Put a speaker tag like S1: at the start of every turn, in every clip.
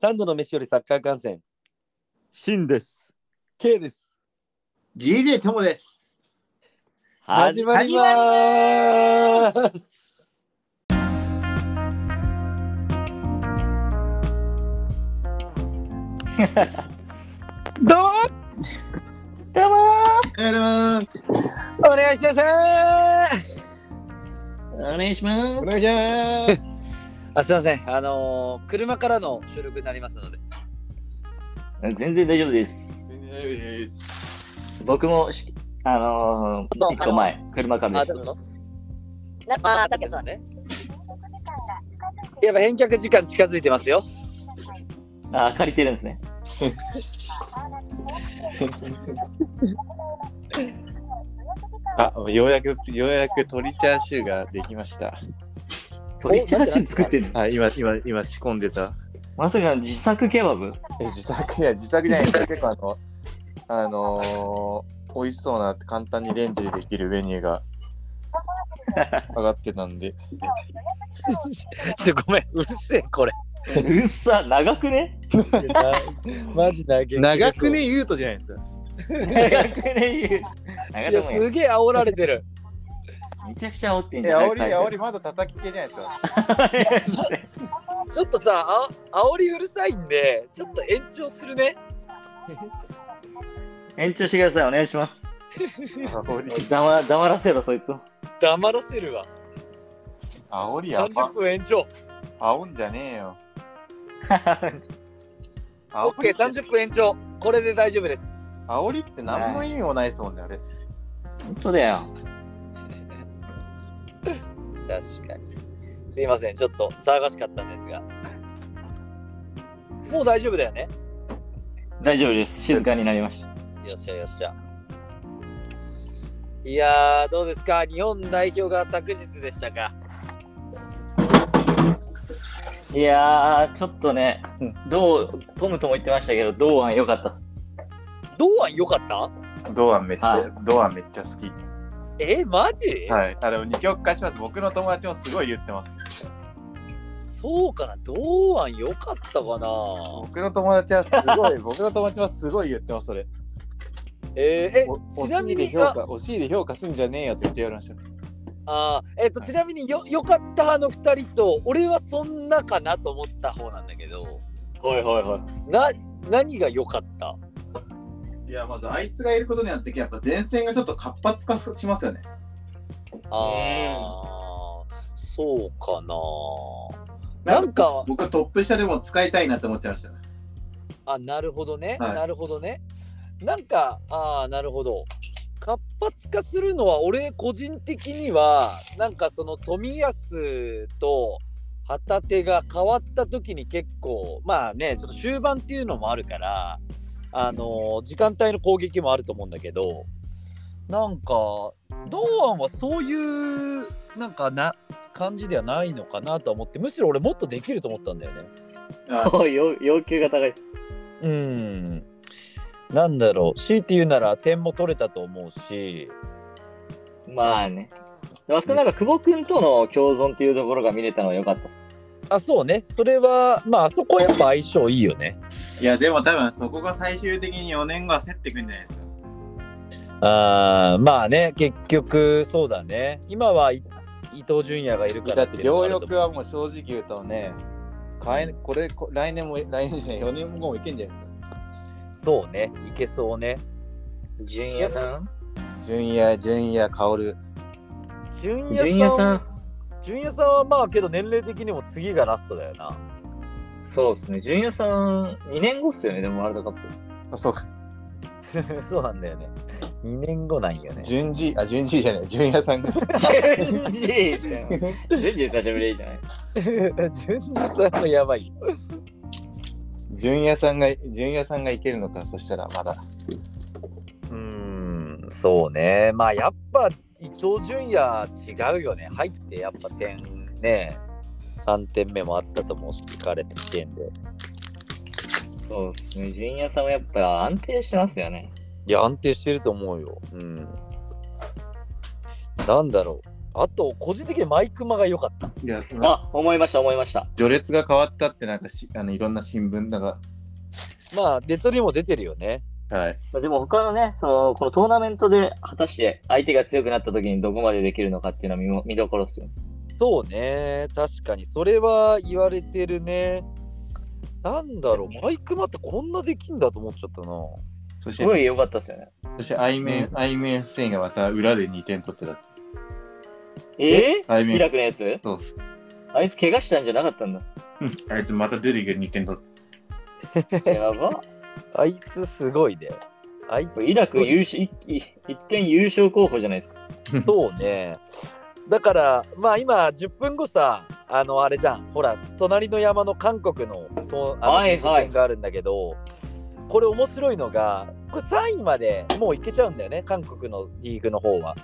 S1: 三度の飯よりサッカー観戦
S2: シンです。
S1: K です。
S3: GJ ともです。
S1: 始まりまーす。
S3: あ
S2: どうも
S4: どうも
S3: りがとうございます
S1: お願いします。
S4: ー
S3: お
S4: お願いしま
S3: 願いします。
S1: あ、すみません。あのー車からの収録になりますので。
S4: す。全然大丈夫です。僕もし、あの
S5: どう
S4: ー、一個前、車から
S1: あ、
S4: で
S1: ち
S4: す
S1: ょ。っと。
S5: なんかあったけど、
S1: ね。やっぱ返却時間近づいてますよ。
S4: あー、借りてるんですね。
S2: あ、ようやく、ようやく鶏チャーシューができました。
S4: 鶏チャーシュー作ってるの
S2: あ、今、今、今仕込んでた。
S4: まさかの自作ケバブ
S2: え、自作いや、自作じゃないです結構あの、あのー、美味しそうな、簡単にレンジでできるメニューが上がってたんで。
S1: ちょっとごめん。うるせえ、これ。
S4: うるさ、長くね
S1: マジなげ
S2: 長くね、言うとじゃないですか。
S4: 長くね言う。長
S1: い
S4: く
S1: や、
S4: も言う
S1: すげえ煽られてる。
S4: めちゃくちゃ煽ってん
S2: い
S4: じゃ
S2: や、
S4: ん。
S2: 煽り、煽り、まだ叩き系じゃないですか。
S1: ちょっとさ、あ煽りうるさいんで、ちょっと延長するね。
S4: 延長してください、お願いします。
S2: 煽り、
S4: 黙黙らせろ、そいつを。
S1: 黙らせるわ。
S2: 煽りやば
S1: 30。分延長。
S2: 煽んじゃねえよ。
S1: オ
S2: 煽
S1: ッケ
S2: り
S1: ー、30分延長。これで大丈夫です。
S2: 煽りって何の意味もないですもんね、あれ。
S4: 本当だよ。
S1: 確かに。すいません、ちょっと騒がしかったんですが。もう大丈夫だよね。
S4: 大丈夫です。静かになりました。
S1: よっしゃよっしゃ。いやー、どうですか日本代表が昨日でしたか。
S4: いやー、ちょっとね
S2: うん、
S4: どう、トムとも言ってましたけど、堂安良かったっす。
S1: 堂安良かった
S2: ドアめっちゃ、
S4: はい
S2: ドアめっちゃ好き。
S1: えマジ、
S2: はい。あの、二極化します。僕の友達もすごい言ってます。
S1: そうかな堂安良かったかな
S2: 僕の友達はすごい、 僕の友達はすごい言ってます、それ。
S1: えー
S2: お
S1: え、ちな
S2: 惜し
S1: み
S2: いで
S1: に
S2: 評、価、惜しいで評価すんじゃねえよって言ってやりました。
S1: ああーえっ、と、ちなみによ、良かった派の二人と、俺はそんなかなと思った方なんだけど、
S4: はいはい はい。
S1: な、何が良かった
S3: いや、まずあいつがいることによって、やっぱ前線がちょっと活発化しますよね。
S1: ああ、そうかな。
S3: な
S1: なん
S3: ん
S1: か、
S3: 僕はトップ下でも使いたいなって思っちゃいましたね。
S1: あ、なるほどね、
S3: はい
S1: なるほどね。なんか、ああ、なるほど。活発化するのは、俺個人的には、なんかその富安と旗手が変わった時に結構、まあね、ちょっと終盤っていうのもあるから、あの時間帯の攻撃もあると思うんだけど、なんか、堂安はそういう、なんかな、感じではないのかなと思って、むしろ俺もっとできると思ったんだよね。
S3: あ
S4: そう要要求が高いです。
S1: うん。なんだろう、強いて言うなら点も取れたと思うし、
S4: まあね。であそこなんか久保君との共存っていうところが見れたのは良かった。
S1: あ、そうね、それは、まあ、あそこはやっぱ相性いいよね。
S3: いや、でも多分そこが最終的に4年後は競ってくんじゃないですか。
S1: あーまあね、結局、そうだね。今はい伊東純也がいるから
S2: だ
S1: っ
S2: ってて、
S1: いうのがあ
S2: 両
S1: ると思う
S2: 翼はもう正直言うとね、変え、これ、こ来年も、来年じゃない、4年後もいけんじゃないで
S1: そうね、いけそうね。
S4: 純也さん
S2: すか。純也、純也、薫。
S1: 純
S4: 純也さん。
S1: 純也さんはまあけど年齢的にも次がラストだよな。
S4: そうですね。純也さん、2年後っすよね、でもワールドカッ プ。
S2: あ、そうか。
S1: そうなんだよね。2年後なんよね。
S2: 順次、あ、順次じゃない、純也さんが。
S4: 順次順次久しぶりじゃない
S1: 純次さんがやばいよ。
S2: 純也さんが、純也さんがいけるのか、そしたらまだ。
S1: うーん、そうね。まあやっぱ伊東純也違うよね。入ってやっぱ点ね、3点目もあったと思うし、聞かれてきてんで。
S4: そうですね。純也さんはやっぱ安定してますよね。
S1: いや、安定してると思うよ。うん。なんだろう。あと、個人的にマイクマが良かった。
S2: いや、
S4: あ、思いました、思いました。
S2: 序列が変わったって、なんかし、あの、いろんな新聞だが。
S1: まあ、ネットにも出てるよね。
S2: はい。
S4: まあでも他のね、その、このトーナメントで果たして相手が強くなった時にどこまでできるのかっていうのは見も見どころですよね。
S1: そうね。確かに、それは言われてるね。なんだろう。マイクマってこんなできんだと思っちゃったな。
S2: そし
S4: すご
S2: て、
S4: い良かったですよね。
S2: そして、アイメン、アイメンフセインがまた裏で2点取ってたって。
S4: え
S2: アイ
S4: ー、
S2: メン
S4: イラクのやつ
S2: そうっす。
S4: あいつ怪我したんじゃなか ったんだ。
S2: あいつまた出てくる2点取って。
S4: やば。
S1: あいつすごいね。あいつ
S4: イラク優勝、一一点優勝候補じゃないですか。
S1: そうね。だから、まあ今、10分後さ、あの、あれじゃん、ほら、隣の山の韓国のとあの
S4: は
S1: 選
S4: いはい
S1: 挙戦があるんだけど、これ面白いのが、これ3位までもういけちゃうんだよね、韓国のリーグの方は。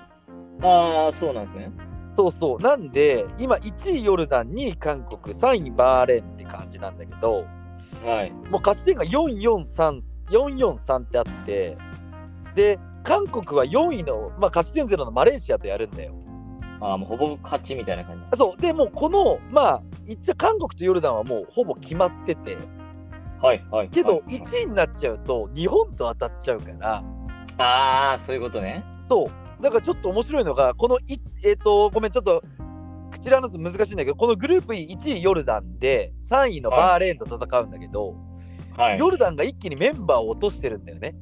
S4: ああ、そうなんですね。
S1: そうそう。なんで、今、1位ヨルダン、2位韓国、3位バーレーンって感じなんだけど、
S4: はい。
S1: もう勝ち点が443 443ってあって、で、韓国は4位の、まあ、勝ち点ゼロのマレーシアとやるんだよ。
S4: ああ、もうほぼ勝ちみたいな感じ。
S1: そうでもうこのまあ一応韓国とヨルダンはもうほぼ決まってて
S4: はい、はい。
S1: けど
S4: はい
S1: 1位になっちゃうと日本と当たっちゃうから
S4: ああ、そういうことね。
S1: そうだからちょっと面白いのがこのいえっ、とごめんちょっと口らのず難しいんだけどこのグループ E1 位ヨルダンで3位のバーレーンと戦うんだけど、
S4: はい。
S1: ヨルダンが一気にメンバーを落としてるんだよね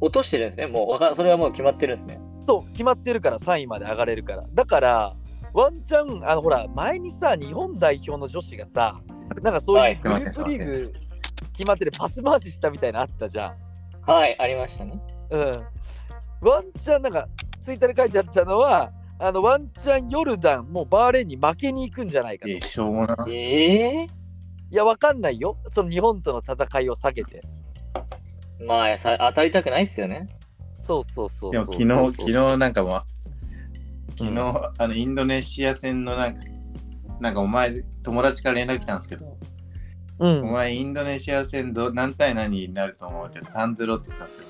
S4: 落としてるんですね。もうわか、それはもう決まってるんですね。
S1: そう決まってるから3位まで上がれるからだからワンチャンあのほら前にさ日本代表の女子がさなんかそう
S4: はいいう
S1: グループリーグ決まってるパス回ししたみたいなのあったじゃん
S4: はい、ありましたね。
S1: うんワンチャンなんかツイッターで書いてあったのはあのワンチャンヨルダンもうバーレーンに負けに行くんじゃないかと、
S2: え
S1: い
S2: ー、しょうもな。
S4: ええ
S1: やわかんないよその日本との戦いを避けて
S4: まあさ、当たりたくないっすよね。
S1: そうそうそう
S2: で
S1: そ
S2: も
S1: う
S2: 昨日、昨日なんかまあ、昨日、あの、インドネシア戦のなんか、なんかお前、友達から連絡来たんですけど、
S1: う
S2: お
S1: ん、
S2: 前、インドネシア戦ど何対何になると思うって3-0って言ったんですよ。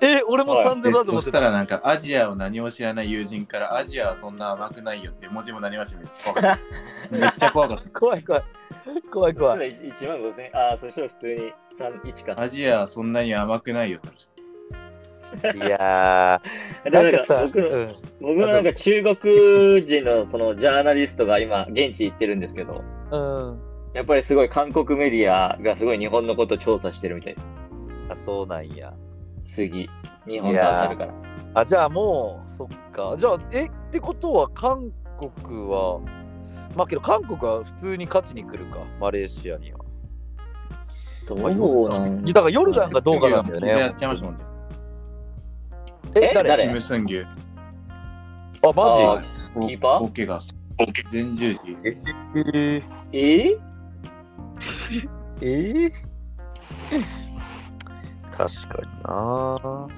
S1: え俺も
S4: はい
S1: 3
S2: で
S1: 0だと
S2: そ
S1: 思っ
S2: してた
S1: た
S2: らなんかアジアを何も知らない友人からアジアはそんな甘くないよって文字もなりましたね。怖かっためっちゃ怖かっ
S1: 怖い怖い怖い
S4: そした
S1: 怖
S4: ら
S1: い
S4: 1万5千ああ、そしたら普通に3、1
S2: た。
S4: か。
S2: アジアはそんなに甘くないよって。
S1: いやーなんかさ、
S4: 僕の
S1: うん
S4: 僕もなんか中国人のそのジャーナリストが今、現地行ってるんですけど、
S1: うん、
S4: やっぱりすごい韓国メディアがすごい日本のことを調査してるみたいで
S1: あそうなんや
S4: す。次、日本倒せるから。
S1: あじゃあもうそっかじゃあえってことは韓国はまあけど韓国は普通に勝ちに来るかマレーシアには
S4: どうなん
S1: だからヨルダンがどうかなんだよ
S2: 水や
S1: ね
S2: っちゃいましたもんね。
S1: え
S4: え
S1: 誰
S4: 誰
S2: キム・スンギュ、
S1: あマ
S4: あ
S2: お
S4: キーパー
S2: 大怪我す全十字。
S1: ジえ
S4: え
S1: え確かにな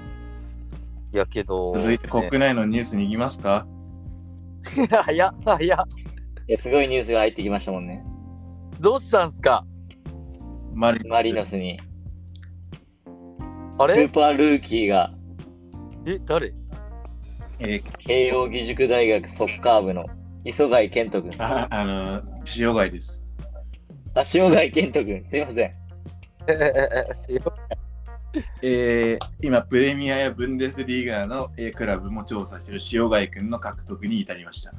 S1: いやけど
S2: 続いて国内のニュースに行きますか
S1: ね 早っ早っ
S4: いやすごいニュースが入ってきましたもんね。
S1: どうしたんすか
S2: マリ
S4: マリノスに。
S1: あ
S4: ス
S1: れ
S4: ーパールーキーが
S1: え誰
S2: えー
S4: 慶応義塾大学サッカー部の磯貝健人君。
S2: ああの、塩貝です。
S4: あ、塩貝健人君。すいません。
S2: えー、今、プレミアやブンデスリーガーの、えークラブも調査している塩貝君の獲得に至りました。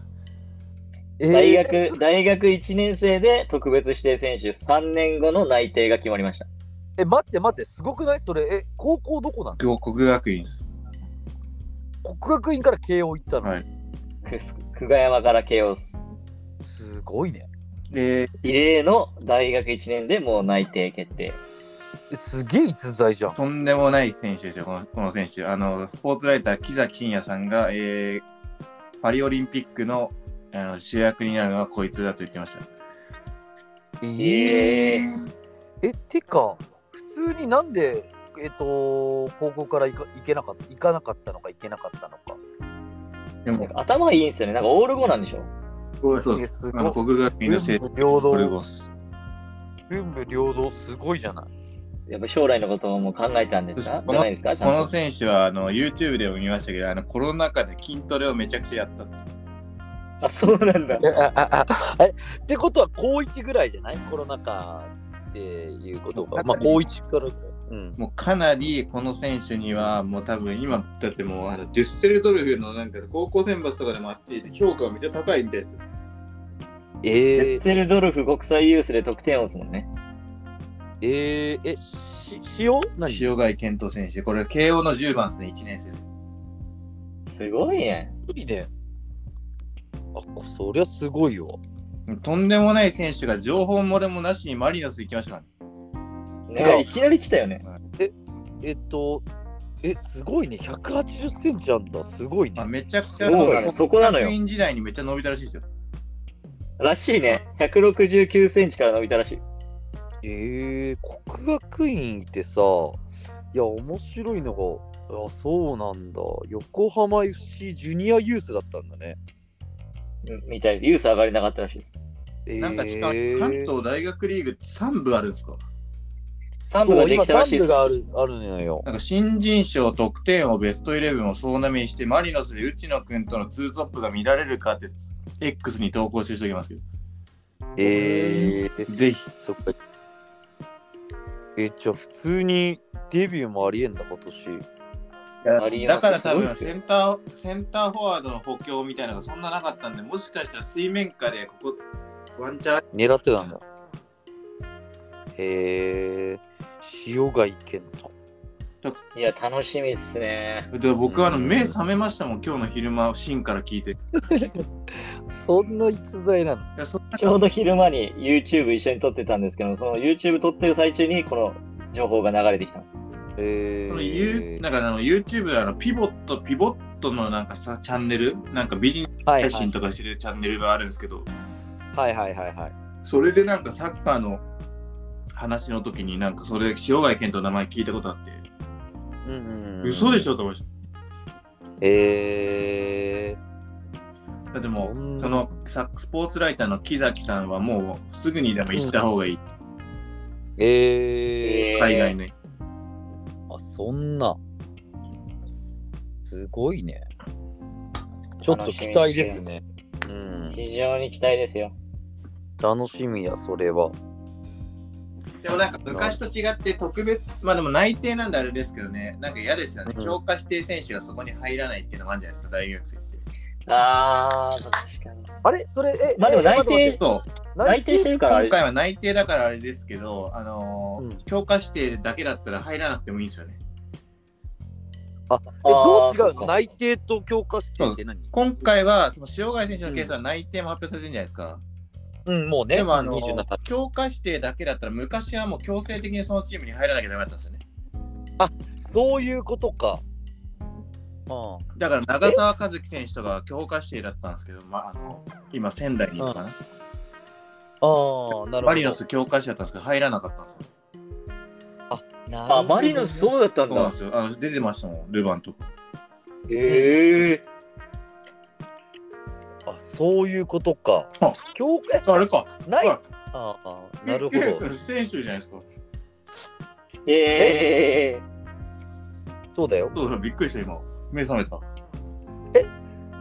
S4: 大
S1: え
S4: 学、大学1年生で特別指定選手3年後の内定が決まりました。
S1: え待って待ってすごくないそれえ高校どこなの
S2: 国国学院です。
S1: 国学院から慶応行ったの、
S2: はい
S4: く久我山から慶応っす
S1: すごいね
S2: で、
S4: 異例の大学1年でもう内定決定。
S1: えすげえ逸材じゃん
S2: とんでもない選手ですよ、このこの選手。あの、スポーツライター、木崎真也さんが、えーパリオリンピックのあの主役になるのはこいつだと言ってました。
S4: ええ
S1: えてか普通になんでえっ、と高校から行か行けなかった行かなかったのか行けなかったのか
S2: でも、
S4: 頭がいいんですよね。なんかオール5なんでしょ
S2: そう
S1: え
S2: です。
S1: す
S2: あの
S1: ごい
S2: 国学院の生徒
S1: 文武両
S2: ゴル
S1: 道
S2: ゴス。
S1: 文武両道すごいじゃない
S4: やっぱ将来のことも考えたんですか
S2: こ
S4: じ
S2: の
S4: ゃないですかち
S2: こ
S4: ゃ
S2: の
S4: んと。
S2: 選手はあの YouTube でも見ましたけど、あのコロナ禍で筋トレをめちゃくちゃやったって。
S4: あ、そうなんだ。
S1: あああえってことは高一ぐらいじゃないコロナ禍っていうことが。まあ高一から。うん。
S2: もうかなりこの選手にはもう多分今だってもうあのデュステルドルフのなんか高校選抜とかでもあっち評価がめっちゃ高いみたいですよ。
S4: デ
S1: え
S4: ッ
S1: ー、
S4: セルドルフ国際ユースで得点王ですもんね。
S1: えー、え、し塩何
S2: 塩貝健人選手、これ慶応の10番ですね、1年生。
S4: すごいね。
S1: すごいね。あ、こそりゃすごいよ。
S2: とんでもない選手が情報漏れもなしにマリノス行きましたからね。
S1: てか
S4: ねいきなり来たよね。
S1: えっと、え、すごいね。180センチあんだ。すごい
S2: まあ、
S1: ね。
S2: めちゃくちゃ
S4: もうそこなの
S2: 学
S4: よ。
S2: 院時代にめっちゃ伸びたらしいですよ。
S4: らしいね。169センチから伸びたらしい。
S1: えー、国学院ってさ、いや、面白いのが、あ、そうなんだ。横浜 FC ジュニアユースだったんだね。
S4: うんみたいで、ユース上がれなかったらしいです。
S1: えー、
S2: なんかしかも関東大学リーグ3部あるんですか
S4: 3部
S1: そ
S4: が
S1: う
S4: で
S1: 今
S4: きたらしい
S1: 3部
S4: です。
S1: があるあるのよ。
S2: なんか新人賞得点をベストイレブンを総なめにしてマリノスで内野君とのツートップが見られるかって X に投稿してる人いますけど、
S1: えー、
S2: ぜひ。
S1: そっか。え、じゃあ普通にデビューもありえんだ、今年。
S4: マリノ
S2: だ
S4: ス
S2: から多
S4: すごい
S2: 分
S4: っすよ
S2: センターセンターフォワードの補強みたいなのがそんななかったんで、もしかしたら水面下でここワンチャン
S1: 狙ってたんだ。へえ、塩貝健人。
S4: いや、楽しみですね。
S2: で僕はあの
S1: うん
S2: 目覚めましたもん、今日の昼間、ンから聞いて。い
S1: そんな逸材なの
S2: やそんな
S4: ちょうど昼間に YouTube 一緒に撮ってたんですけど、その YouTube 撮ってる最中に、この情報が流れてきたんです。
S1: へ
S2: その U
S1: え。
S2: なんかあの YouTube であのピボット、ピボットのなんかさチャンネル、なんかビジネス
S1: はいは
S2: 配
S1: い
S2: 信とかしてるチャンネルがあるんですけど、
S1: はいはいはいはい。
S2: それでなんかサッカーの話の時になんかそれで塩貝健人の名前聞いたことあって、
S1: うんうんうん、
S2: 嘘でしょと思いまし
S1: へえ。
S2: た。だっても
S1: そん
S2: う、
S1: な
S2: そのサスポーツライターの木崎さんはもうすぐにでも行った方がいい、
S1: ええ。
S2: 海外の。
S1: あ、そんな。すごいね。ちょっと期待ですね。うん。
S4: 非常に期待ですよ。
S1: 楽しみや、それは。
S2: でもなんか昔と違って特別、まあでも内定なんであれですけどね、なんか嫌ですよね
S1: う。ん
S2: 強化指定選手がそこに入らないっていうのもあるんじゃないですか、大学生って。
S4: あー、確かに。
S1: あれそれ、え、
S4: まあでも
S1: え
S4: 内定
S2: そう、
S4: 内定してるからあ
S2: 今
S4: れ、
S2: 回は内定だからあれですけど、あのー
S1: うん
S2: 強化指定だけだったら入らなくてもいいんですよね。
S1: え、ど
S4: あ
S1: う
S4: ー
S1: 違う
S4: そ
S1: の
S4: っか
S1: 内定と強化してって何
S2: 今回は、その塩貝選手のケースは内定も発表されてるんじゃないですか。
S1: うん、もうね、
S2: でも、あの
S1: 27
S2: ー強化指定だけだったら、昔はもう強制的にそのチームに入らなきゃダメだったんですよね。
S1: そういうことか。うん。
S2: だから長澤和樹選手とかは強化指定だったんですけど、まあ、あの今仙台にいるのか
S1: ああ、
S2: な。
S1: なるほど。
S2: マリノス強化指定だったんですけど、入らなかったんですよ。
S1: なるほど。
S4: あ、マリノスそうだったん
S2: そうなん
S4: だ
S2: で。すよ。あの出てましたもん、ルヴァンとか。
S4: へえ。
S1: あ、そういうことか
S2: あ。
S1: 強化
S2: あれか。
S1: ない。あ
S2: はい
S1: あ、なるほ
S2: ビッグエ
S1: ど
S2: ー。ス選手じゃないですか。
S4: ええ。
S1: そうだよ。
S2: そうだ、びっくりした、今。目覚めた。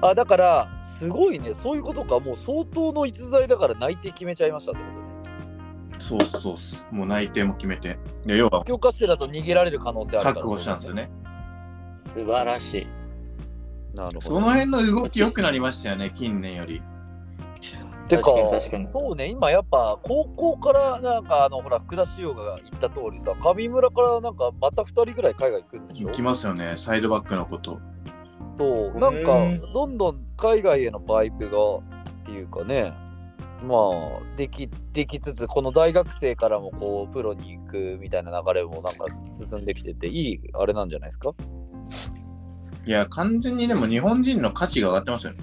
S1: あ、だから、すごいね。そういうことか。もう相当の逸材だから内定決めちゃいましたってことね。
S2: そうっすそうっす。もう内定も決めて。で、要は
S1: 強化してだと逃げられる可能性あるから。
S2: 確保したんですよね。
S4: 素晴らしい。
S1: なるほど。
S2: その辺の動き良くなりましたよね、近年より。
S1: てか
S4: 確かに確かに
S1: そうね今やっぱ高校からなんかあのほら福田師代が言った通りさ上村からなんかまた2人ぐらい海外行くんでしょ
S2: 行きますよね、サイドバックのこと。
S1: そう
S4: うん
S1: なんかどんどん海外へのパイプがっていうかねまあできできつつこの大学生からもこうプロに行くみたいな流れもなんか進んできてていいあれなんじゃないですか
S2: いや、完全にでも日本人の価値が上がってますよね。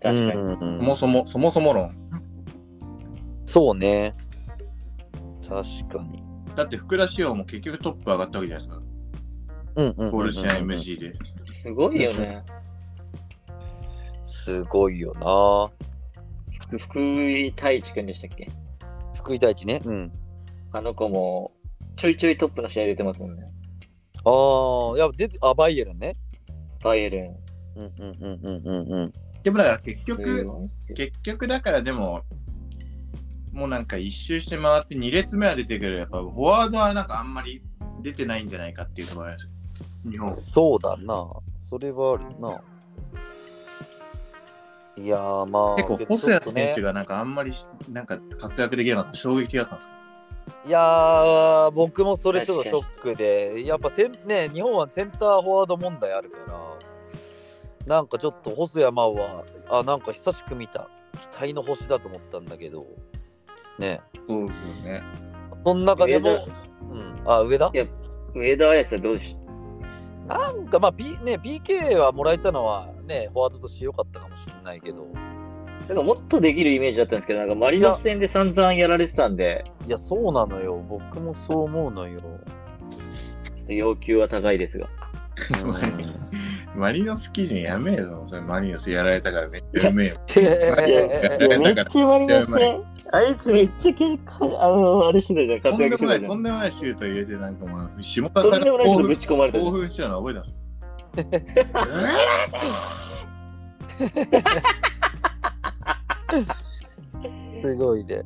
S4: 確か
S1: う
S4: に。
S1: んうん
S2: そもそも、そもそも論。
S1: そうね確かに
S2: だって、福田師王も結局トップ上がったわけじゃないですか。
S1: うんうんうんうんうん
S2: ゴールシア MC で。
S4: すごいよね。
S1: すごいよな
S4: 福福井太一くんでしたっけ
S1: 福井大地ねうん
S4: あの子もちょいちょいトップの試合出てますもんね。
S1: ああ、やっぱ出て、あ、バイエルンね。
S4: バイエルン。
S1: うんうんうんうんうんうん。
S2: でもだから結
S4: す
S2: 局、
S4: ごいっすよ
S2: 結局だからでも、もうなんか一周して回って2列目は出てくる。やっぱフォワードはなんかあんまり出てないんじゃないかっていうところです。日本。
S1: そうだな。それはあるな。いやーまあ。
S2: 結構
S1: で
S2: 細谷
S1: ちょっと
S2: 選手
S1: ね、
S2: がなんかあんまりしなんか活躍できなかった衝撃だったんですか
S1: いやー、僕もそれちょっとショ
S4: 確
S1: ックで、やっぱせん、ね、日本はセンターフォワード問題あるから、なんかちょっと細谷真央は、あ、なんか久しく見た、期待の星だと思ったんだけど、ね、
S2: そうですよね。
S1: その中でも、
S4: 上田
S1: うん、あ、上田
S4: いや上田綺世はどうし
S1: なんかまあ、P ね、PK はもらえたのは、ね、フォワードとして良かったかもしれないけど、
S4: なんかもっとできるイメージだったんですけど、なんかマリノス戦で散々やられてたんで、
S1: いや、そうなのよ、僕もそう思うの よ。
S4: ちょっと要求は高いですが。
S1: うん
S2: マリノス基準やめえぞ。それマリノスやられたからめっちゃうめえよ。
S1: い
S2: いやめっ
S4: ちゃマリ
S2: ノス戦、
S4: あいつめっちゃ結構、あの、あれしてたじゃん、
S2: とん
S4: 活
S2: で
S4: 躍
S2: も
S4: して
S2: な
S4: た
S2: い、
S4: じゃ
S2: とん
S4: ん。
S2: でもないシュート入れて、なんかもう、下田
S4: と
S2: さ
S4: ん
S2: ん
S4: でも
S2: が
S4: な
S2: 興
S4: い人ぶ
S2: 奮
S4: ち込まれたじゃ
S2: 興
S4: ん。
S2: 奮してたの覚えてます。
S1: すごいね。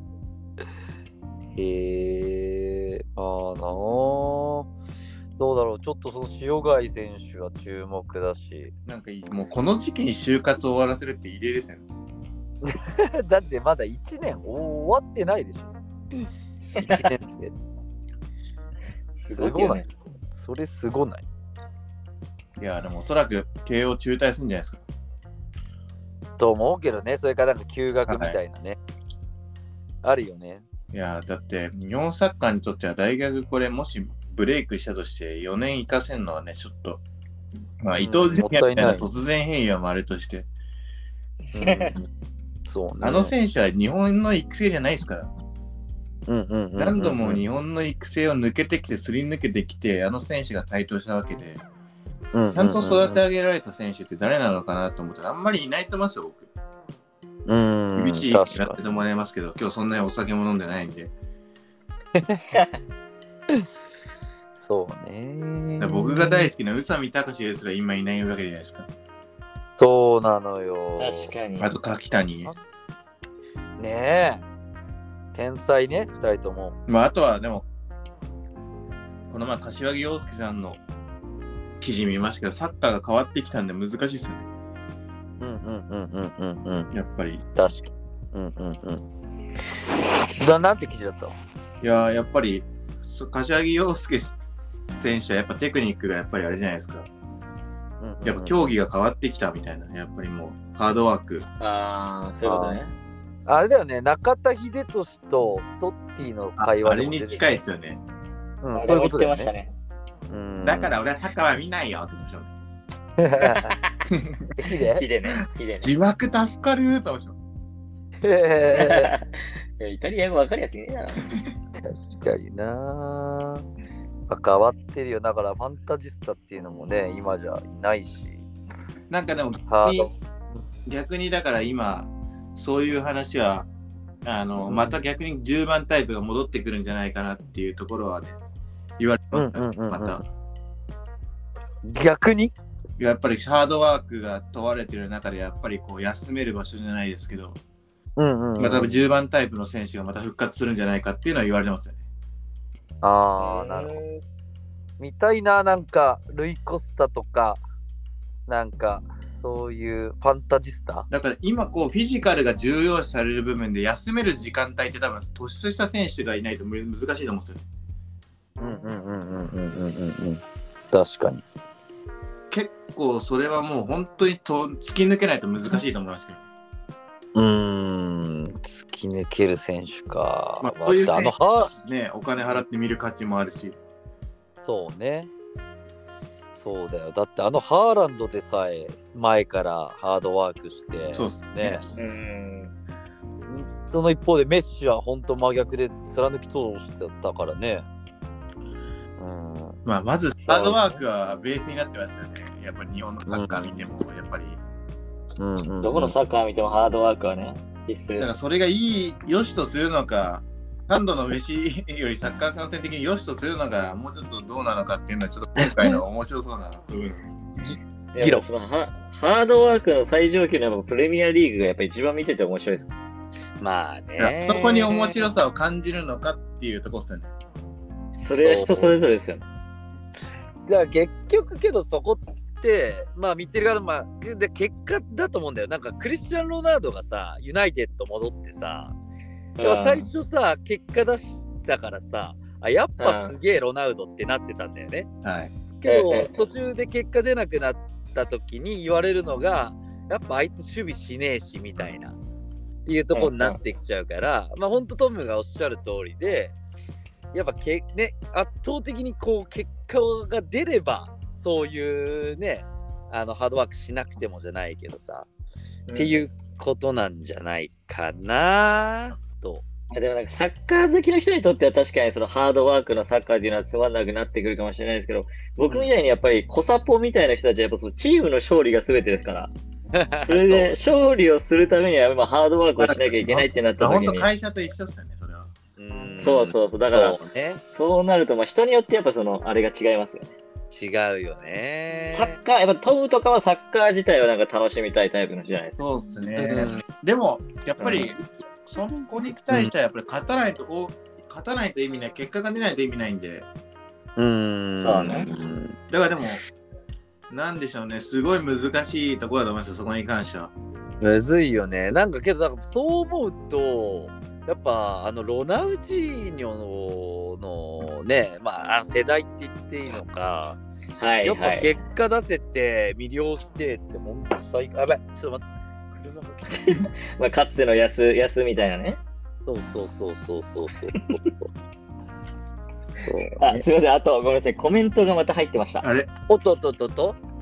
S1: へえー、あーなーどうだろう、ちょっとその塩貝選手は注目だし。
S2: なんかいい、もうこの時期に就活終わらせるって異例ですよね。
S1: だってまだ1年終わってないでしょ。1年生。
S4: すごいよね。
S1: それすごない。
S2: いや、でもおそらく慶応中退するんじゃないですか。
S1: と思うけどね、それからなんか休学みたいなね。あるよね。
S2: いや、だって日本サッカーにとっては大学これ、もしブレイクしたとして4年生かせんのはね、ちょっと、まあ、伊藤純也みたい
S1: も
S2: な
S1: ったいない
S2: 突然変異はまあれとして、
S1: そうね。
S2: あの選手は日本の育成じゃないですから。
S1: うんうんうんうんうん
S2: 何度も日本の育成を抜けてきて、すり抜けてきて、あの選手が台頭したわけで、ちゃんと育て上げられた選手って誰なのかなと思ったら、あんまりいないと思いますよ、僕。
S1: うん、
S2: 厳しいなっ
S1: 確
S2: て
S1: かに
S2: てもらいますけど、今日そんなにお酒も飲んでないんで、
S1: そうね。
S2: 僕が大好きな宇佐美隆史ですら今いないわけじゃないですか。
S1: そうなのよ。
S4: 確かに。
S2: あと柿谷。
S1: ねえ。天才ね、二人とも。
S2: まあ、あとはでも、この前、柏木陽介さんの記事見ましたけど、サッカーが変わってきたんで難しいですよね。
S1: うんうんうんうんうんうん。
S2: やっぱり。
S1: 確かに。うんうんうん。だなんて記事だったの
S2: いやーやっぱり、そ柏木陽介選手はやっぱテクニックがやっぱりあれじゃないですか。
S1: うんうんうん
S2: やっぱ競技が変わってきたみたいな、やっぱりもうハードワーク。
S4: ああ、そういうことね。
S1: あれだよね、中田秀俊とトッティの
S2: あ
S1: 会話
S2: あ
S1: で
S2: れ
S1: も出
S2: に
S1: てき
S2: 近いですよね。
S1: うん、
S4: あ
S1: そう
S4: れ
S1: いう
S4: も
S1: こと
S4: 言っ
S1: だ
S4: て
S1: よ
S4: ました
S1: ね。
S4: ね。
S1: うん
S2: だから俺はサッカーは見ないよって言ってま した。
S1: いいね
S4: 木でね、木でね。
S2: 字幕助かると思ってまし。
S4: いやイタリア語分かりやすいねえな。
S1: 確かになまあ変わってるよだからファンタジスタっていうのもね今じゃいないした
S2: なんかでも
S1: ハード
S2: 逆にだから今そういう話はあの、
S1: うん
S2: また逆に10番タイプが戻ってくるんじゃないかなっていうところはね言われて
S1: うん
S2: ました、
S1: うんうんうん
S2: また
S1: 逆に
S2: やっぱりハードワークが問われてる中でやっぱりこう休める場所じゃないですけど、
S1: うんうんうん、
S2: また10番タイプの選手がまた復活するんじゃないかっていうのは言われてますよね
S1: ああなるほど
S4: ほ
S1: みたいななんかルイ・コスタとかなんかそういうファンタジスタ
S2: だから今こうフィジカルが重要視される部分で休める時間帯って多分突出した選手がいないとむ難しいと思うんですよね
S1: うんうんうんうんうんうんうんうん確かに
S2: 結構それはもう本当にと突き抜けないと難しいと思いますけど
S1: うーん突き抜ける選手か、
S2: まあ
S1: まあ
S2: こういう選手
S1: あのは
S2: ねお金払って見る価値もあるし
S1: そうねそうだよだってあのハーランドでさえ前からハードワークして
S2: そうっす
S1: ね
S2: ね
S4: ど。うん。
S1: その一方でメッシは本当真逆で貫き通してたからねうん
S2: まあまずハードワークはベースになってましたよねやっぱり日本のサッカー見てもやっぱり
S1: うんうんうん
S4: どこのサッカー見てもハードワークはね、必須
S2: だからそれがいい良しとするのか何度の飯よりサッカー観戦的に良しとするのがもうちょっとどうなのかっていうのはちょっと今回の面白そうな部分
S1: 議論
S4: やっぱそのハハードワークの最上級のやっぱプレミアリーグがやっぱ一番見てて面白いです。
S1: まあね。
S2: そこに面白さを感じるのかっていうとこっすよね。
S4: それは人それぞれですよね。
S1: だから結局けどそこってまあ見てるからまあで結果だと思うんだよなんかクリスチャン・ロナウドがさユナイテッド戻ってさ、でも最初さ結果出したからさあやっぱすげえロナウドってなってたんだよね、
S2: はい。
S1: けど、
S4: ええ
S1: 途中で結果出なくなった時に言われるのがやっぱあいつ守備しねえしみたいなっていうところになってきちゃうから、まあ本当トムがおっしゃる通りでやっぱけ、ね、圧倒的にこう結果が出ればそういうねあのハードワークしなくてもじゃないけどさ、っていうことなんじゃないかなと。
S4: うんでもなんかサッカー好きの人にとっては確かにそのハードワークのサッカーっていうのはつまんなくなってくるかもしれないですけど、僕みたいにやっぱりコサポみたいな人たちはやっぱそのチームの勝利が全てですから、それで勝利をするためには今ハードワークをしなきゃいけないってなった
S2: 本
S4: 時
S2: 当
S4: に、
S2: 会社と一緒っすよね、それは。
S1: うん
S4: そうそうそう、だから
S1: そうね
S4: そうなるとまあ人によってやっぱそのあれが違いますよね。
S1: 違うよね。
S4: サッカー、やっぱトムとかはサッカー自体をなんか楽しみたいタイプの人じゃないです
S2: そうっすね。
S1: うん
S2: でも、やっぱり、そこに対してはやっぱり勝たないと、お勝たないと意味ない、結果が出ないと意味ないんで、
S1: うーん。
S4: そうね
S2: だからでも、なんでしょうね、すごい難しいところだと思いますよ、そこに関しては。
S1: むずいよね。なんかけど、だからそう思うと、やっぱあのロナウジーニョのね、まああの世代って言っていいのか、
S4: か。はい
S1: やっ
S4: は
S1: ぱ
S4: い。
S1: 結果出せて魅了してって、ほんと最高。あやばい、ちょっと待って。車が来た
S4: まあ、かつての安、安みたいなね。
S1: そうそうそうそうそう そう。そう
S4: あ、すみません。あと、ごめんなさい。コメントがまた入ってました。あ
S2: あれ
S1: おっとっとっとっと。うん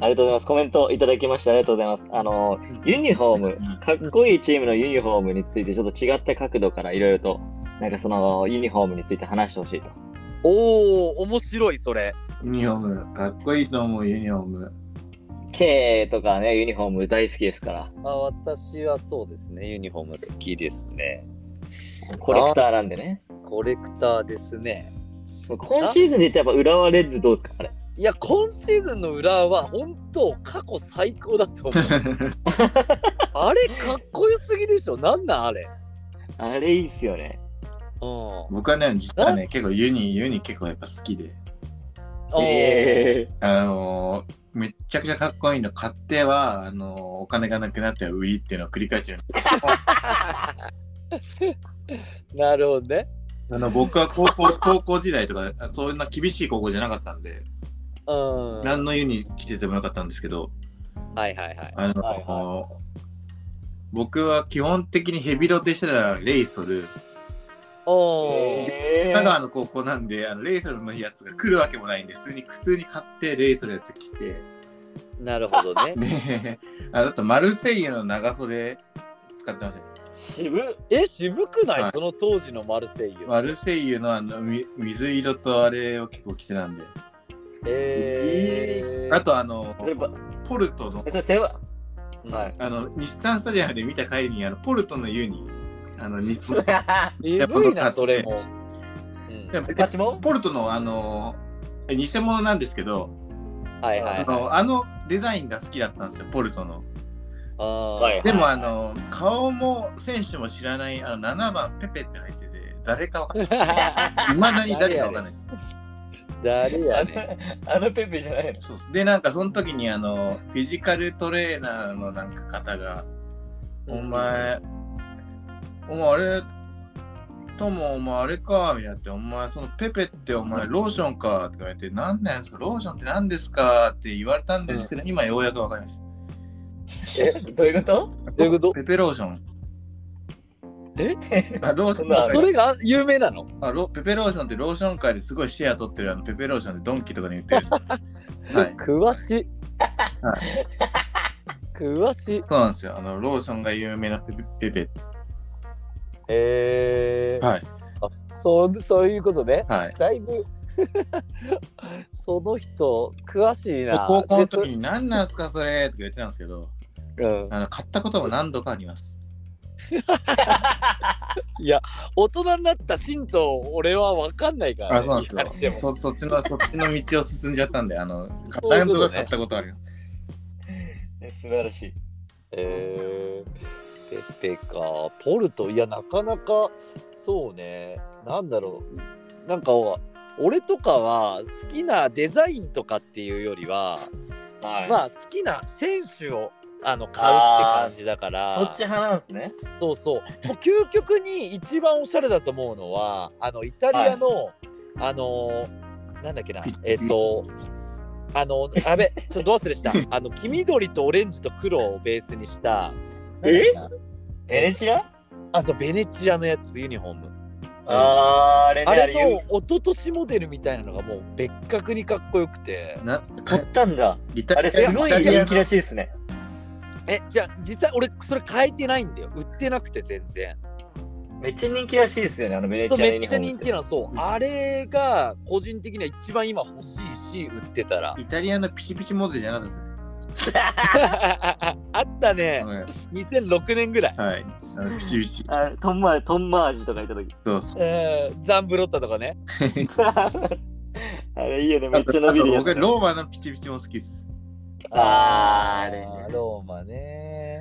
S4: りがとうございます。コメントいただきました。ありがとうございます。あのー、ユニフォーム、かっこいいチームのユニフォームについて、ちょっと違った角度からいろいろと、なんかその、ユニフォームについて話してほしいと。
S1: おお、面白いそれ。
S2: ユニフォーム、かっこいいと思う、ユニフォーム。
S4: K とかね、ユニフォーム大好きですから、
S1: あ私はそうですね、ユニフォーム好きですね。
S4: コレクターなんでね。
S1: コレクターですね。
S4: もう今シーズンで言ったらやっぱ浦和レッズどうですかあれ。
S1: いや、今シーズンの裏は本当、過去最高だと思う。あれ、かっこよすぎでしょ。なんなんあれ。
S4: あれいいっすよね。
S1: う
S2: 僕はね、実はね、結構ユニ、ユニ結構やっぱ好きで、
S1: ん。
S4: え
S2: あのー、めっちゃくちゃかっこいいの買っては、あのー、お金がなくなっては売りっていうのを繰り返してる。
S1: なるほどね。
S2: あの僕は高 校高校時代とか、そんな厳しい高校じゃなかったんで、
S1: うん。
S2: 何の湯に来ててもよかったんですけど、
S1: はいはいはい。
S2: あのー
S4: はいは
S2: 僕は基本的にヘビロテしたらレイソル、
S4: ー
S1: おー。
S4: え
S2: 香
S4: ー。
S2: 川の高校なんで、あのレイソルのやつが来るわけもないんで、普通に普通に買ってレイソルのやつ着て、
S1: なるほどね。
S2: で、あだとマルセイユの長袖使ってましたね。
S4: 渋っ
S1: え、渋くない、
S2: はい
S1: その当時のマルセイユ。
S2: マルセイユのあのみ水色とあれを結構着てたんで、
S1: えー、
S2: あ、とあの
S4: やっぱ
S2: ポルトの
S4: それ世話は
S1: はい
S4: い。
S2: あの日産スタジアムで見た帰りにあのポルトの湯にあの日 産
S1: 渋いな、それも。うん、
S2: でも
S4: 私も
S2: ポルトのあの偽物なんですけど、
S1: はいはい
S2: あ
S1: はい。
S2: のあのデザインが好きだったんですよポルトの。
S1: あー
S4: はい
S2: でもあの顔も選手も知らないあの7番ペペって入ってて誰かわかんない 未だに誰かわかんないです。
S1: 誰やねん。
S4: あのペペじゃないの
S2: そうっすでなんかその時にあのフィジカルトレーナーのなんか方が「
S1: うん
S2: お前お前あれともお前あれか」みたいになって「お前そのペペってお前ローションか」って言われて「何なんですかローションって何ですか?」って言われたんですけど、今ようやく分かりました。
S4: どういうこと
S1: どういうこと
S2: ペペローション
S1: え
S2: あローシ
S4: そ
S2: ョ
S4: ん
S2: ン
S4: な
S1: あそれが有名なの
S2: あロペペローションってローション界ですごいシェア取ってるあのペペローションでドンキとかに 売ってる。はい、
S1: 詳しい。詳しい。
S2: そうなんですよ。あのローションが有名なペペペ
S1: えー、
S2: ペ。はい。
S1: そう、そういうことね。
S2: はい。
S1: だいぶ。 その人、詳しいな。
S2: 高校の時に何なんすかそれって言ってたんですけど、
S1: でそうん
S2: あの買ったことも何度かあります。
S1: いや、大人になったシンと俺は分かんないから、
S2: あ、そうなんですよ。
S1: 言われても
S2: そそっちのそっちの道を進んじゃったんで、あの、
S1: そうい
S2: ラ
S1: う
S2: ン
S1: ことね
S2: ドが買ったことあるよ。
S4: 素晴らしい。
S1: えー、ペペか、ポルト、いや、なかなか、そうね、なんだろう、なんか、俺とかは好きなデザインとかっていうよりは、
S4: はい。
S1: まあ好きな選手をあの買うって感じだか
S4: そっ
S1: ら
S4: ち派なんですね。
S1: そうそうもう究極に一番おしゃれだと思うのはあのイタリアの、あのーなんだっけな
S2: ピッ
S1: えっ、とあのあべちょっとどう忘れしたあの黄緑とオレンジと黒をベースにした
S4: え
S1: なんだっけな
S4: ベネチア
S1: あそうベネチアのやつユニフォーム
S4: あー、あれね、
S1: あ
S4: あ
S1: れ
S4: れ言
S1: の一昨年モデルみたいなのがもう別格にかっこよくて
S2: な、
S4: 買ったんだ。
S2: イ
S4: あ
S2: タ
S4: れ
S2: リア
S4: すごい
S2: イタリア
S4: 人
S2: の
S4: 気らしいですね。
S1: えじゃあ実際俺それ変えてないんだよ売ってなくて全然
S4: めっちゃ人気らしいですよね、あのベネチア
S1: め
S4: の
S1: っ
S4: 日
S1: ちゃ
S4: 本
S1: 人気なのそう、
S2: うん
S1: あれが個人的には一番今欲しいし売ってたら
S2: イタリアのピチピチモデルじゃなかったですね。
S1: あったね
S2: はい
S1: 2006年ぐらい、
S2: はい。あのピチピチ。
S4: あトンマートンマージとか言った 時。
S2: そうそう。
S1: えーザンブロッタとかね
S4: あれいいよね、め
S2: あ
S4: っちゃ
S2: と、
S4: 伸
S2: あ
S4: び
S2: と
S4: るやつ
S2: 僕、。ローマのピチピチも好きです。
S4: あーあれ
S1: ーローマね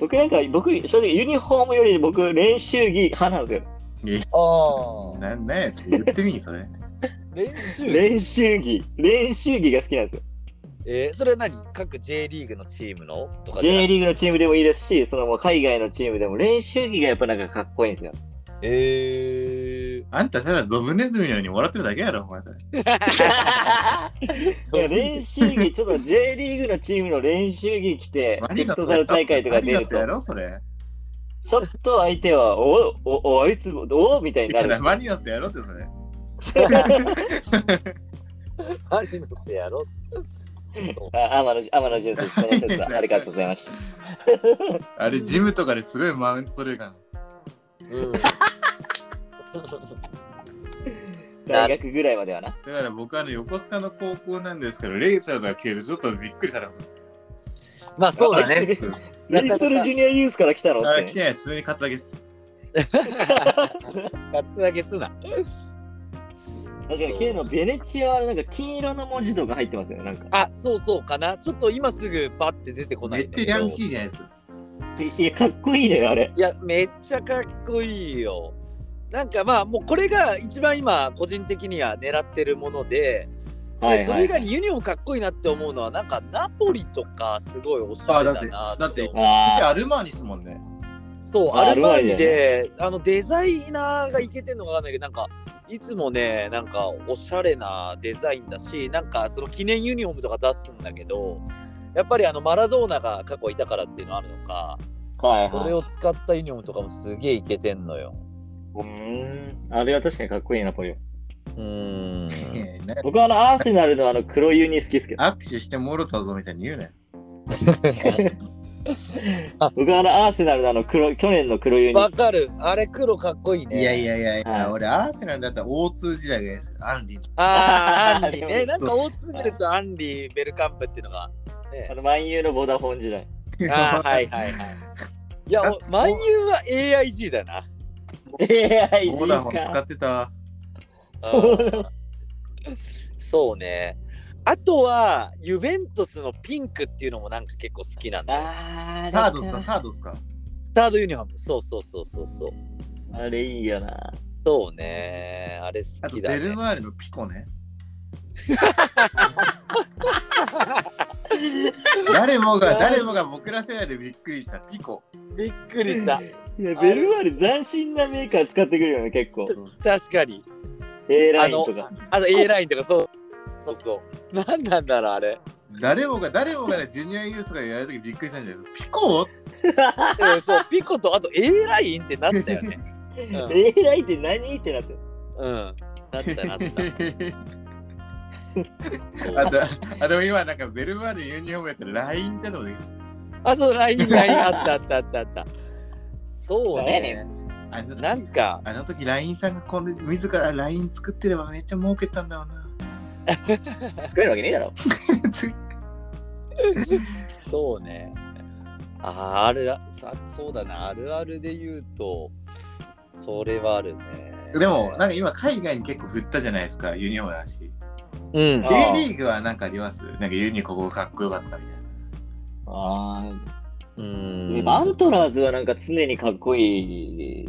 S4: 僕なんか、僕、正直ユニフォームより僕、練習着派なんですよ。
S1: あー
S2: な、なんやつ言ってみ、それ。
S1: 練習
S4: 練習着、練習着が好きなんですよ。
S1: えーそれは何各 J リーグのチームのとかじゃな
S4: J
S1: い
S4: リーグのチームでもいいですし、そのもう海外のチームでも練習着がやっぱなんかかっこいいんですよ。
S1: えー
S2: あんたただドブネズミのように笑ってるだけやろ、お前それ。
S4: い や練習着、ちょっと J リーグのチームの練習着着て、フットサル大会とか出
S2: マ
S4: る
S2: リノスや
S4: と、
S2: ろ、それ。
S4: ちょっと相手は、お、お、お、あいつ、お、みたいに
S2: い
S4: な
S2: や
S4: る。
S2: マリノスやろって、それ。
S1: マリノスやろそう
S4: あ天野じ天野ジュース、その説はありがとうございました。
S2: あれ、ジムとかですごいマウント取れるから。
S1: うん
S4: 大学ぐらいまではな。
S2: だから僕はあの横須賀の高校なんですけど、レイザーが消えるちょっとびっくりされた。
S1: まあそうだ ね
S4: レイソルジュニアユースから来たの
S2: あ、
S4: っ
S2: 来
S4: て。
S2: てない、普通に買っただけです。
S1: カツアゲすな
S4: だから、K のベネチアはなんか金色の文字とか入ってますよね、なんか。
S1: あそうそうかなちょっと今すぐパッて出てこな
S2: め
S1: い
S2: っ
S1: んだけ
S2: ち
S1: ど
S2: ゃヤンキーじゃないですか。
S4: いや、かっこいいねあれ。
S1: いやめっちゃかっこいいよなんかまあもうこれが一番今個人的には狙ってるもので,で、
S4: はい
S1: それ
S4: は
S1: 以外
S4: い。
S1: にユニフォームかっこいいなって思うのはなんかナポリとかすごいおしゃ
S2: あ、
S1: れ
S2: だ
S1: だ
S2: って、
S1: な
S2: だって、
S4: あ
S2: アルマーニですもんね。
S1: そう
S4: あ
S1: アルマーニ
S4: アルマー
S1: であのデザイナーがいけてんのかわかんないけどなんかいつもねなんかおしゃれなデザインだしなんかその記念ユニフォームとか出すんだけどやっぱりあのマラドーナが過去いたからっていうのあるのか
S4: あ、はい
S1: こ
S4: は
S1: れ
S4: い。
S1: を使ったユニフォームとかもすげえいけてんのよ
S4: うーん。あれは確かにかっこいいな、ポリオ。
S1: うーん
S2: えーね
S4: 僕はあの、アーセナルのあの黒ユニ好きっすけど。
S2: 握手してもろたぞみたいに言うね。
S4: 僕はあの、アーセナルのあの黒、去年の黒ユ ニ。
S1: わかるあれ黒かっこいいね
S2: いやいやいやい
S4: はい
S2: や、俺、アーセナルだったら O2 時代がいいですよ。アンリーの。
S1: あーアンリー
S4: あ
S1: ね
S4: れ
S1: なんか大津グレとアンリーベルカンプっていうのがね
S4: あの、万有のボダフォン時代。
S1: あーはいはいはいいやお万有は AIG だな
S4: ええ、いい
S2: ボーダフォン使ってた。
S1: そうね。あとは、ユベントスのピンクっていうのもなんか結構好きなんだよ。
S4: あ
S2: サードっすか、サードっすか。
S1: サードユニフォーム。そうそうそうそうそう。
S4: あれいいよな。
S1: そうね。あれ
S2: あ
S1: 好
S2: と、
S1: きだ
S2: ベル
S1: ね。
S2: マーレのピコね。 誰もが、誰もが僕ら世代でびっくりした。ピコ。
S1: びっくりした。
S4: いやベルマーレ斬新なメーカー使ってくるよね、結構。
S1: 確かに。
S4: A ラインとか。
S1: あと A ラインとかそう。そうそう。なんなんだろう、あれ。
S2: 誰もが、誰もがね、ジュニアユースとかやるときびっ くりしたんじゃないピコ
S1: うんそう、ピコとあと A ラインってなったよ ね。ん
S4: A ラインって何ってなってる。
S1: うん。なったなった。そう
S2: あと、あ、でも今なんかベルマーレユニフォームやったら LINE ってのもできます。
S1: あ、そう、ライン、ラインあったあったあったあった。そうね。
S2: あの時
S1: なんか、
S2: あの時 LINE さんがこの自ら LINE 作ってればめっちゃ儲けたんだろう な。
S4: 作れるわけねえだろ。
S1: そうね。ああ、あるあさそうだな、あるあるで言うと、それはあるね。
S2: でも、なんか今、海外に結構振ったじゃないですか、ユニフォームだし。
S1: うん。
S4: あ
S2: A
S4: ー
S2: リーグはなんかありますなんかユニここかっこよかったみたいな。
S4: あ
S1: う
S4: あ、
S1: ん
S4: でもアントラーズはなんか常にかっこいい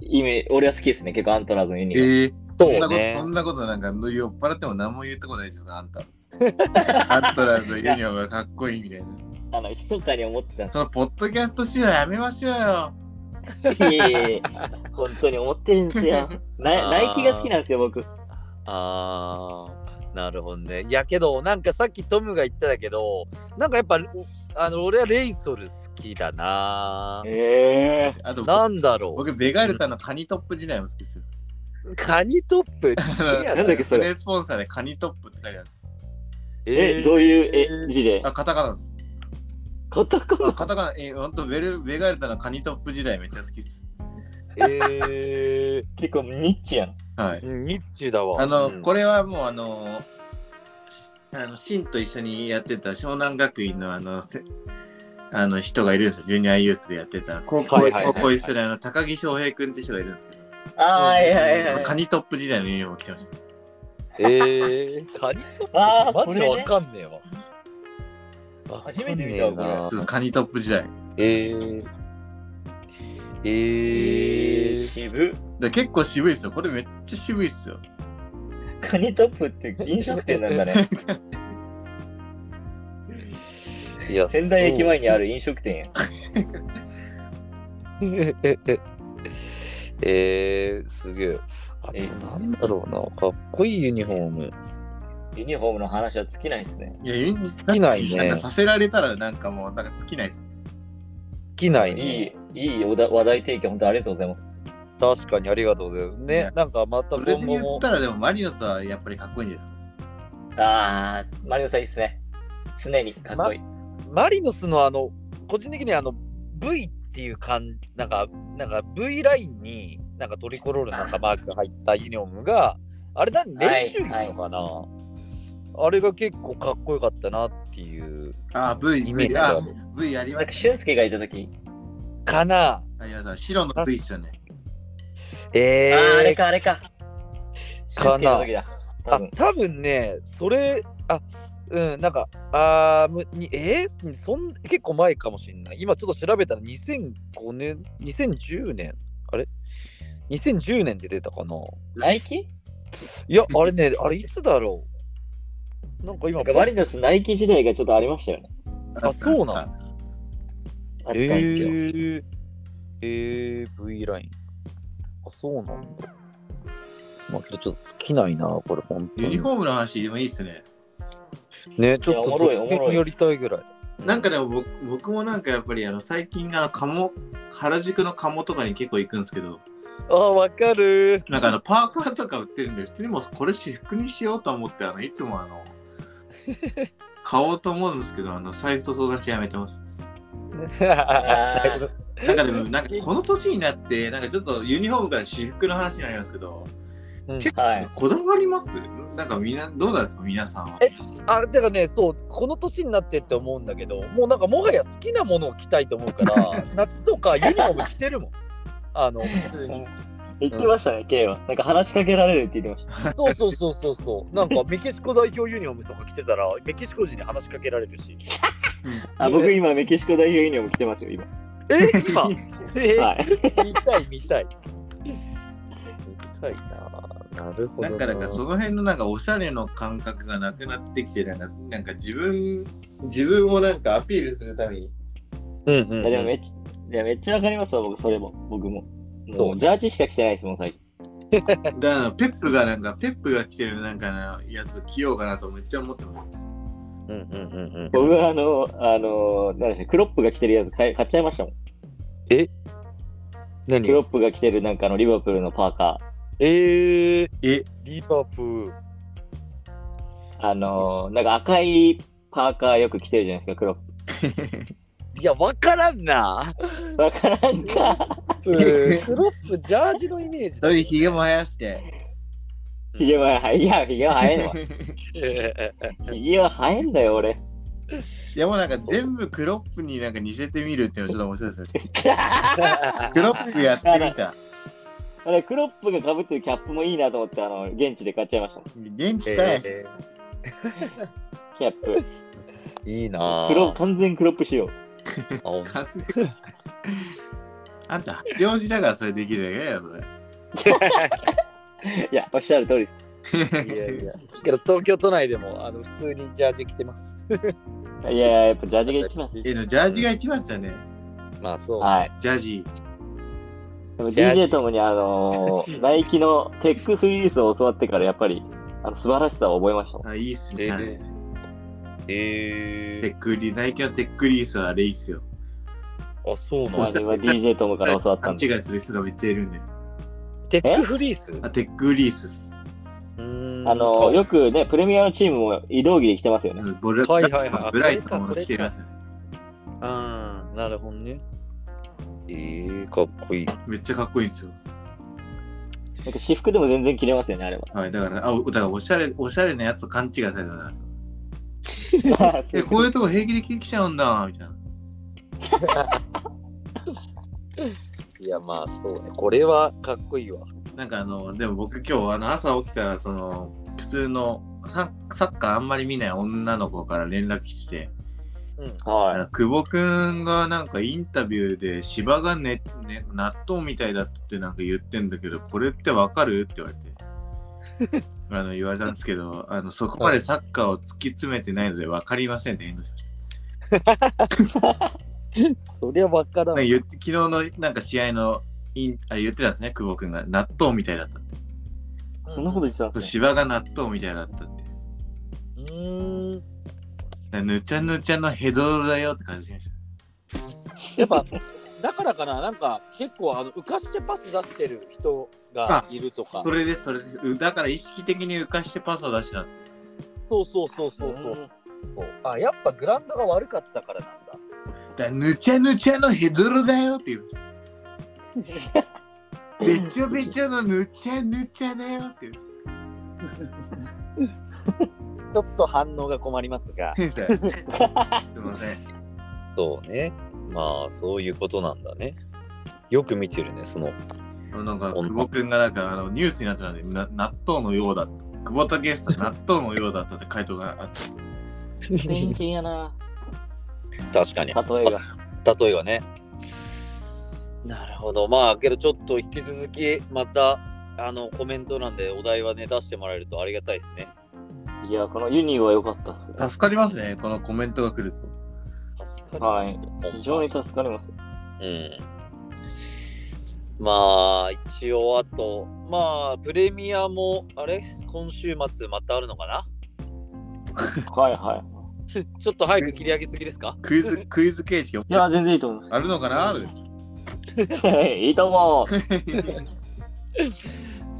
S4: イメージ、俺は好きですね、結構アントラーズのユニフォーム
S2: ええそん
S1: そう
S2: なこと、
S1: ね
S2: そ。んなことなんか酔っ払っても何も言ったことないですよ、あんた。アントラーズのユニフォームがかっこいいみたいな。
S4: あの、密かに思ってたんで
S2: そのポッドキャスト資料やめましょうよ。
S4: すけどいえいえいえ、本当に思ってるんで すよ。
S1: あー
S4: ナイナイキが好きなんですよ、僕。
S1: あーなるほどね。いやけどなんかさっきトムが言ってたけどなんかやっぱあの俺はレイソル好きだな。
S4: ええ
S2: あと、
S1: なんだろ
S2: 僕、ベガルタのカニトップ時代も好きですよ。
S1: うカニトップ
S2: な
S4: なんだっけそ
S2: プ
S4: れ
S2: レイスポンサーでカニトップって書いてある。
S4: え、どういうえ字で
S2: あ、カタカナです。
S4: カタカ
S2: あ
S4: ナ
S2: カタカナ、えー、ほんとベル、ベガルタのカニトップ時代めっちゃ好きです。
S1: え
S4: 結構ニッチやん。
S2: はい。
S1: ー、ニッチだわ。
S2: あの、
S4: うん
S2: これはもうあのしあのシンと一緒にやってた湘南学院のあのせあの人がいるんですよジュニアユースでやってた高校,、
S1: はいはいはいはい
S2: 高校一緒であの高木翔平君って人がいるんですけど、
S4: あーいやい
S1: は
S4: やい
S2: カ
S4: や。
S2: ニトップ時代のユニフォーム着てました
S1: えー、カニト
S4: あ
S1: ップ
S4: あ、
S1: マ
S4: こ
S1: ジで
S4: れ
S1: わ
S4: ね。
S1: かんねえわ。わかんねえな
S4: 初めて見たわ
S2: ちょっとカニトップ時代
S1: えー、え
S4: えー、
S1: ー、
S4: 渋。
S2: で結構渋いですよこれめっちゃ渋いですよ
S4: カニトップって飲食店なんだ ね。
S1: いや
S4: 仙台駅前にあ
S1: る。
S4: る飲食店や。
S1: えー、すげえ。あと
S4: え
S1: なんだろうな、かっこいいユニフォーム。
S4: ユニフォームの話は尽きないですね。
S2: いやユニ
S1: きないね
S2: んかさせられたらなんかもうなんか尽きないです
S1: 好きないね。
S4: いい、いいおだ話題提供、本当ありがとうございます。
S1: 確かにありがとうございます。ね
S2: ね、
S1: なんかまた
S2: そ
S1: 今
S2: れで
S1: 後
S2: 言
S1: も
S2: っ。たらでもマリノスはやっぱりかっこいいんじゃないです
S4: あー、マリオさんいいっすね。常にかっこいい。
S1: マリノスのあの、個人的にあの、V っていう感じ、なんか、なんか V ラインに、なんかトリコロールなんかマークが入ったユニフォームが、あれ何、
S4: はい
S1: 練習着なのかな、あれが結構かっこよかったなっていう
S2: かあ
S1: イ
S2: V
S1: メージ
S2: V
S1: があ
S2: あ
S1: る
S2: V あり
S4: な
S2: ま
S4: ん
S2: す
S4: か、俊介がいたとき、
S1: かな。
S2: ありますよ白の V ですよね
S1: えー、
S4: あー、あれか、あれか。
S1: かな
S4: 俊介の時だ。多
S1: あ
S4: 分
S1: 多分ねそれあうんなんかあーむにえー、そん結構前かもしんない今ちょっと調べたら2005年2010年あれ2010年って出たかな
S4: ナイキ
S1: い やあれねあれいつだろうなんか今
S4: なんかマリノスナイキ時代がちょっとありましたよね。
S1: あそうな
S2: の
S4: あったん
S1: え
S4: ですよ。
S1: ー、えー、V ラインあそうなんだまあけどちょっと尽きないなこれ本当
S2: ユニ
S1: に
S2: フォームの話でもいいっすね
S1: ねちょっ
S4: いやお
S1: と
S4: もろいおもろい
S1: 続編やりたいぐらい
S2: なんかでも僕僕もなんかやっぱりあの最近あの鴨原宿の鴨とかに結構行くんですけど
S1: あわかる
S2: なんかあのパーカーとか売ってるんで普通にもうこれ私服にしようと思ってあのいつもあ の買おうと思うんですけどあの財布と相談してやめてます
S4: ー
S1: 最後の
S2: なんかでもなんかこの年になってなんかちょっとユニフォームから私服の話になりますけど
S4: はい。
S2: こだわりますなんかみんなどうなんですか皆さんは
S1: えあだからねそうこの年になってって思うんだけどもうなんかもはや好きなものを着たいと思うから 夏とかユニフォーム着てるもんあの普通に
S4: 言ってましたね、K は。なんか話しかけられるって言ってました。
S1: そうそうそうそうそうなんかメキシコ代表ユニフォームとか着てたらメキシコ人に話しかけられるし
S4: あ、僕今メキシコ代表ユニフォーム着てますよ、今。
S1: え 今え
S4: はい。
S1: 見たい見たい見たいななるほど
S2: なんかなんかその辺のなんかおしゃれの感覚がなくなってきてなんかなんか自分自分をなんかアピールするために
S1: うんうんうん、
S4: いやでもめっちゃ、いやめっちゃわかりますわ、僕、それも。僕も。
S1: そ
S4: も
S1: う
S4: うジャージしか着てないですもん、最近。
S2: だからペップがなんかペップが着てるなんかなやつ着ようかなとめっちゃ思ってます
S1: うんうんうんうん
S4: 僕はあの、あの、なんでしょう、クロップが着てるやつ買い買っちゃいましたもん。
S1: 何
S4: クロップが着てるなんかあのリバプールのパーカ
S1: えー、
S2: え
S1: リバプール
S4: ー。あの、なんか赤いパーカーよく着てるじゃないですか、クロッ
S1: いやわからん な
S4: プ。わからんか。
S1: クロップジャージのイメージ
S2: それひげも生や して
S4: ひげは、いや、ひげは生えんわ。
S1: え
S4: ひげは生えんだよ、俺。
S2: いやもうなんか全部クロップになんか似せてみるっていうのはちょっと面白いですね。クロップやってみた。
S4: あれ、クロップが被ってるキャップもいいなと思って、あの、現地で買っちゃいました。
S2: 現地かい。
S1: え
S4: キャップ。
S1: ーいいな
S4: クロ完全クロップ仕様。
S1: あ
S2: 完全あんた八王子だからそれできるだけだよ、それ。
S4: いや、おっしゃる通りです。
S1: いやいや。けど東京都内でもあの普通にジャージ着てます。
S4: いやいや、やっぱジャージが一番。
S2: えのジャージが一番ですよね。
S1: まあそう。
S4: はい。
S2: ジャージ。
S4: でも
S1: ジャージ
S4: DJ ともに、あのー、ナイキのテックフリースを教わってから、やっぱり、あの素晴らしさを覚えましたもん。
S2: あ、いいっす
S1: え
S2: ね。
S1: ー
S2: はい
S1: え
S2: テックリ、ナイキのテックリースはあれいいっすよ。
S1: あそうな
S4: ま
S1: ん
S4: あ、
S1: だ
S4: 自分は DJ ともから教わった
S2: 勘
S4: んで。
S2: 違いする人がめっちゃいるんで。
S1: テックフリース
S2: あ、テックリースっす。
S1: うーん
S4: あのー、よくね、プレミアのチームも移動着で来てますよね。
S2: ボル
S1: はいはいはい
S2: ブライトも来てますよね。
S1: あーなるほどね。えー、かっこいい。
S2: めっちゃかっこいいんですよ。
S4: なんか私服でも全然着れますよね、あれ は。
S2: はい、だから、あ、おだからおしゃれ、おしゃれなやつと勘違いされたな。え、こういうとこ平気で来ちゃうんだ、みたいな。
S1: いやまあそうね。これはかっこいいわ。
S2: なんかあの、でも僕今日あの朝起きたら、その、普通のササッカーあんまり見ない女の子から連絡来て、
S1: うん。
S2: あ
S4: は
S2: の久保くんがなんかインタビューで芝がねね納豆みたいだってなんか言ってんだけど、これってわかるって言われて。あの言われたんですけどあのそこまでサッカーを突き詰めてないので分かりませんって返答しました
S1: そりゃわからん
S2: なんか。言って昨日のなんか試合のインあれ言ってたんですね久保くんが納豆みたいだったって
S4: い。そんなこと言ってたん
S2: そう
S4: ですね。
S2: 芝が納豆みたいだったって
S1: うーん。
S2: なぬちゃぬちゃのヘドロだよって感じしました。
S1: やっぱだからかななんか結構あの浮かしてパス出してる人がいるとか
S2: それです、それです。うだから意識的に浮かしてパスを出した。
S1: そうそうそうそうそうあやっぱグラウンドが悪かったからなんだ
S2: だぬちゃぬちゃのヘドロだよって言 う。べちょべちょのぬちゃぬちゃだよって
S1: ちょっと反応が困りますが
S2: 言う。 すいません。
S1: そうねまあそういうことなんだねよく見てるねその
S2: なんか、久保くんがなんかあのニュースになってたんで、な納豆のようだった。久保建英さん、納豆のようだったって回答があって。
S4: 偏見やな。
S1: 確かに
S4: 例えが。
S1: 例えばねなるほどまあけどちょっと引き続きまたあのコメントなんでお題はね出してもらえるとありがたいですね
S4: いや、このユニは良かったっすね。
S2: 助かりますね、このコメントが来ると。
S1: 助か
S4: は
S1: り
S4: い
S1: ますね
S4: 非常に助かります。
S1: うんまあ一応あとまあプレミアもあれ今週末またあるのかな
S4: はいは
S1: ちょっと早く切り上げすぎですか
S2: クイ ズ、クイズ形式
S4: い。いや、全然いいと思い
S2: あるのか な
S4: ます。いいと思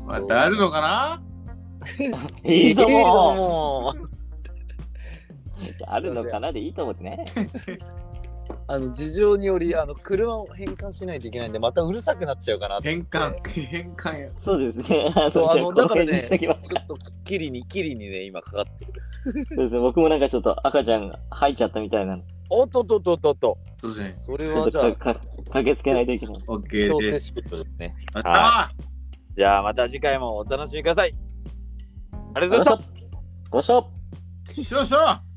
S2: またあるのかな
S4: う。いいと思う。
S1: も
S4: あるのかなでいいと思ってね。
S1: あの事情によりあの車を変換しないといけないんでまたうるさくなっちゃうかなと
S2: 変換、変換や。
S4: そうですね。あの
S1: そうあのだから
S4: この辺に
S1: ね
S4: し
S1: ち
S4: とき
S1: ょ
S4: ま
S1: っとキリにキリにね今かかってる
S4: すそうですね。僕もなんかちょっと赤ちゃんが入っちゃったみたいなの。
S1: おっとっとっとっとっと
S2: そうですね。
S1: それ
S4: ちょ
S1: は
S4: っ
S1: じ ゃあ
S4: とかか駆けつけないといけない。
S2: OK
S1: 強
S2: で
S1: 制
S2: す。
S1: 執行ですね
S2: あった
S1: はじゃあまた次回もお楽しみくださいありがとうございました
S4: ご視聴
S2: ーよいしょ